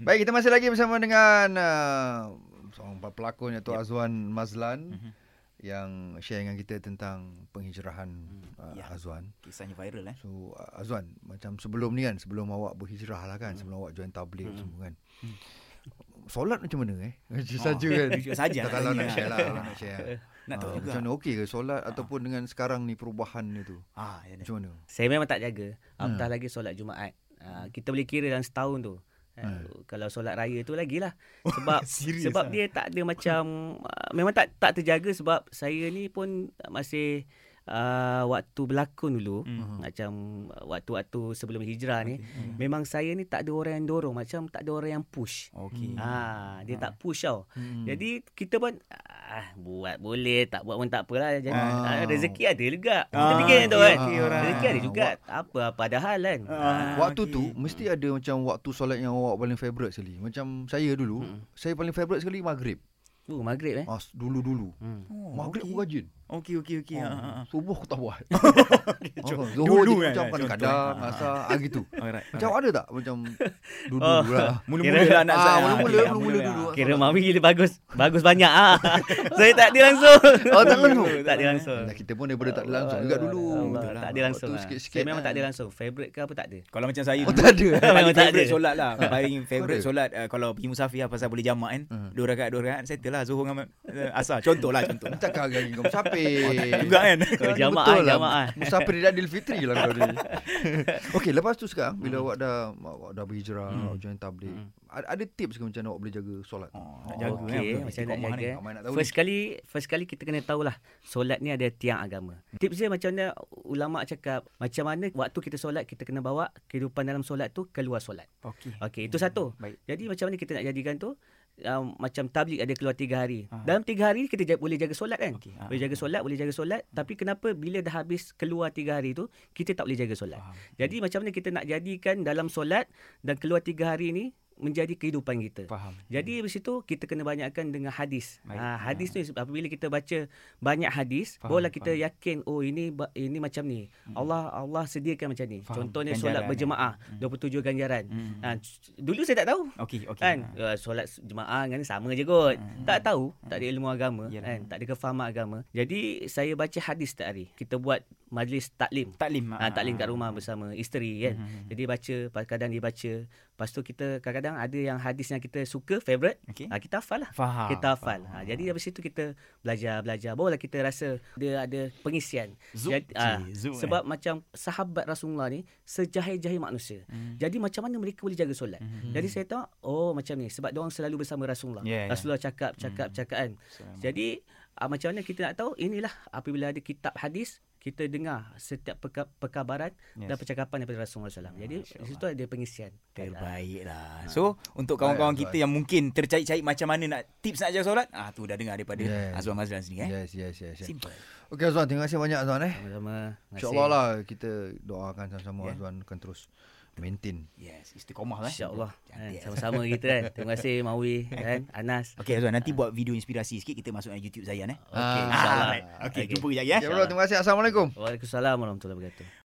Hmm. Baik, kita masih lagi bersama dengan uh, seorang pelakon iaitu Ya. yep. Azwan Mazlan Mhm. mm-hmm. yang share dengan kita tentang penghijrahan mm, uh, ya. Azwan. Kisahnya viral eh. So uh, Azwan, macam sebelum ni kan, sebelum awak berhijrah lah kan, Hmm. mm. sebelum awak join tabligh mm. semua kan. Mm. Solat macam mana eh? Macam Oh, saja kan. jujur saja Tak Kalau lah. nak share lah, kalau nak share. Nak tahu Ah, juga. Macam mana okey ke solat ataupun dengan sekarang ni perubahan ni tu? Ah, ya ni. Macam mana? Saya memang tak jaga. Apatah lagi solat Jumaat. Uh, kita boleh kira dalam setahun tu. Uh, kalau solat raya tu lagilah sebab serius ah? sebab dia tak ada macam uh, memang tak tak terjaga sebab saya ni pun masih uh, waktu berlakon dulu hmm. macam ah, waktu-waktu sebelum hijrah ni okay. memang saya ni tak ada orang yang dorong macam tak ada orang yang push Hmm. Okey. Ah, dia tak push tau. Ya, Hmm. Jadi kita pun ah, buat boleh, tak buat pun tak apalah. Jadi ah. Ah. rezeki ada juga. Kita Ah, fikir macam tu kan. okey, orang. Rezeki ada juga. Apa padahal kan. Ah, Waktu okey. tu mesti ada macam waktu solat yang awak paling favourite sekali. Macam saya dulu, saya paling favourite sekali maghrib. Tu maghrib eh. Ah, s- dulu-dulu. Oh, Maghrib Oh. okey. aku rajin. Ah, Okey okey okey. Ha, ha, ha. Subuh aku tak buat. Contoh. Oh, Zuhur dulu Dulu kan, macam kan, kadang-kadang contoh. asar ah gitu. Alright. Macam alright. ada tak macam dulu lah. Mula-mula Kira- lah nak Ah, Zat. mula-mula, Okey, mula-mula dulu. Kira mami dia bagus. Bagus banyak ah. saya tak ada langsung. Oh, tak langsung? tak ada langsung. Yalah, kita pun daripada tak ada langsung juga dulu. Allah, Betul lah. Ah, Tak ada langsung. Waktu ah. sikit-sikit Saya memang kan. tak ada langsung. Favorite ke apa tak ada. Kalau macam saya Oh, dulu. tak ada. Paling Memang tak favourite ada. solat lah Paling favourite Correct. solat uh, Kalau pergi musafir lah Pasal boleh jamak kan Hmm. Dua rakaat Dua rakaat Settle lah Zuhur dengan uh, Asar Contoh lah contoh lah Takkan lagi kau musafir. Juga kan Kalau jamaah, Betul lah. jamaah. Musafir dia Adil Fitri lah kau ni. Okey, lepas tu sekarang bila awak dah awak dah berhijrah, awak join tabligh. Ada, ada tips ke macam mana awak boleh jaga solat? Oh, nak jaga Okey, kan betul. macam nak eh, Istiqomah jaga. Ramai nak tahu First kali first kali kita kena tahulah solat ni ada tiang agama. Tips dia macam mana ulama cakap macam mana waktu kita solat kita kena bawa kehidupan dalam solat tu keluar solat. Okey Okey, itu satu. Baik. Jadi macam mana kita nak jadikan tu um, macam tabligh ada keluar tiga hari. Dalam tiga hari kita ja- boleh jaga solat kan? Okey, ah. Boleh jaga solat, boleh jaga solat. Tapi kenapa bila dah habis keluar tiga hari tu kita tak boleh jaga solat? Faham. Jadi macam mana kita nak jadikan dalam solat dan keluar tiga hari ni menjadi kehidupan kita? Faham Jadi di situ kita kena banyakkan dengan hadis. Baik. Ah. Ha, hadis tu apabila kita baca banyak hadis, Faham, barulah kita faham. yakin oh ini ba- ini macam ni. Allah Allah sediakan macam ni. Faham. Contohnya Ganjaran, solat eh. berjemaah Hmm. 27 ganjaran. Hmm. Ha, c- dulu saya tak tahu. Okey okey Ah, Kan uh, solat jemaah dengan ni sama je kot. Hmm. Tak tahu, tak ada ilmu agama Yalah. kan, tak ada kefahaman agama. Jadi saya baca hadis setiap hari. Kita buat majlis taklim. Taklim Ha, taklim kat rumah bersama isteri kan. Hmm. Jadi baca, kadang dia baca. Lepas tu kita kadang-kadang ada yang hadis yang kita suka, favorite, hmm. Okey ha, kita hafal lah. Faham Kita hafal. Ha, jadi dari situ kita belajar-belajar. Barulah kita rasa dia ada pengisian. Zoom. Jadi, ah, Cik, zoom, eh. sebab macam sahabat Rasulullah ni sejahir-jahir manusia. eh. Hmm. Jadi macam mana mereka boleh jaga solat? Hmm. Jadi saya tahu, oh macam ni. Sebab diorang selalu bersama Rasulullah. Ya, ya. Rasulullah cakap, cakap, Hmm. cakap kan. Jadi uh, macam mana kita nak tahu inilah apabila ada kitab hadis kita dengar setiap peka- perkabaran yes. dan percakapan daripada Rasulullah SAW. Jadi di situ ada pengisian. Terbaiklah. lah. So, untuk kawan-kawan Baik, kita yang mungkin tercait-cait macam mana nak tips nak jaga solat, ah tu dah dengar daripada Yeah. Azwan Mazlan sendiri eh. Yes, yes, yes. yes. Simple. Okey Azwan, terima kasih banyak Azwan eh. Sama-sama. Terima kasih. InsyaAllah lah kita doakan sama-sama Ya. Azwan akan terus maintain. Yes, istiqomah lah. eh. InsyaAllah. Kan, Cantik. sama-sama kita kan. Terima kasih Mawi dan Anas. Okey Azwan, nanti buat video inspirasi sikit kita masuk dalam YouTube Zayan eh. Okey, Ah, insyaAllah. Alright. Okey, jumpa kejap lagi eh. Okay, bro, terima kasih. Assalamualaikum. Waalaikumsalam warahmatullahi wabarakatuh.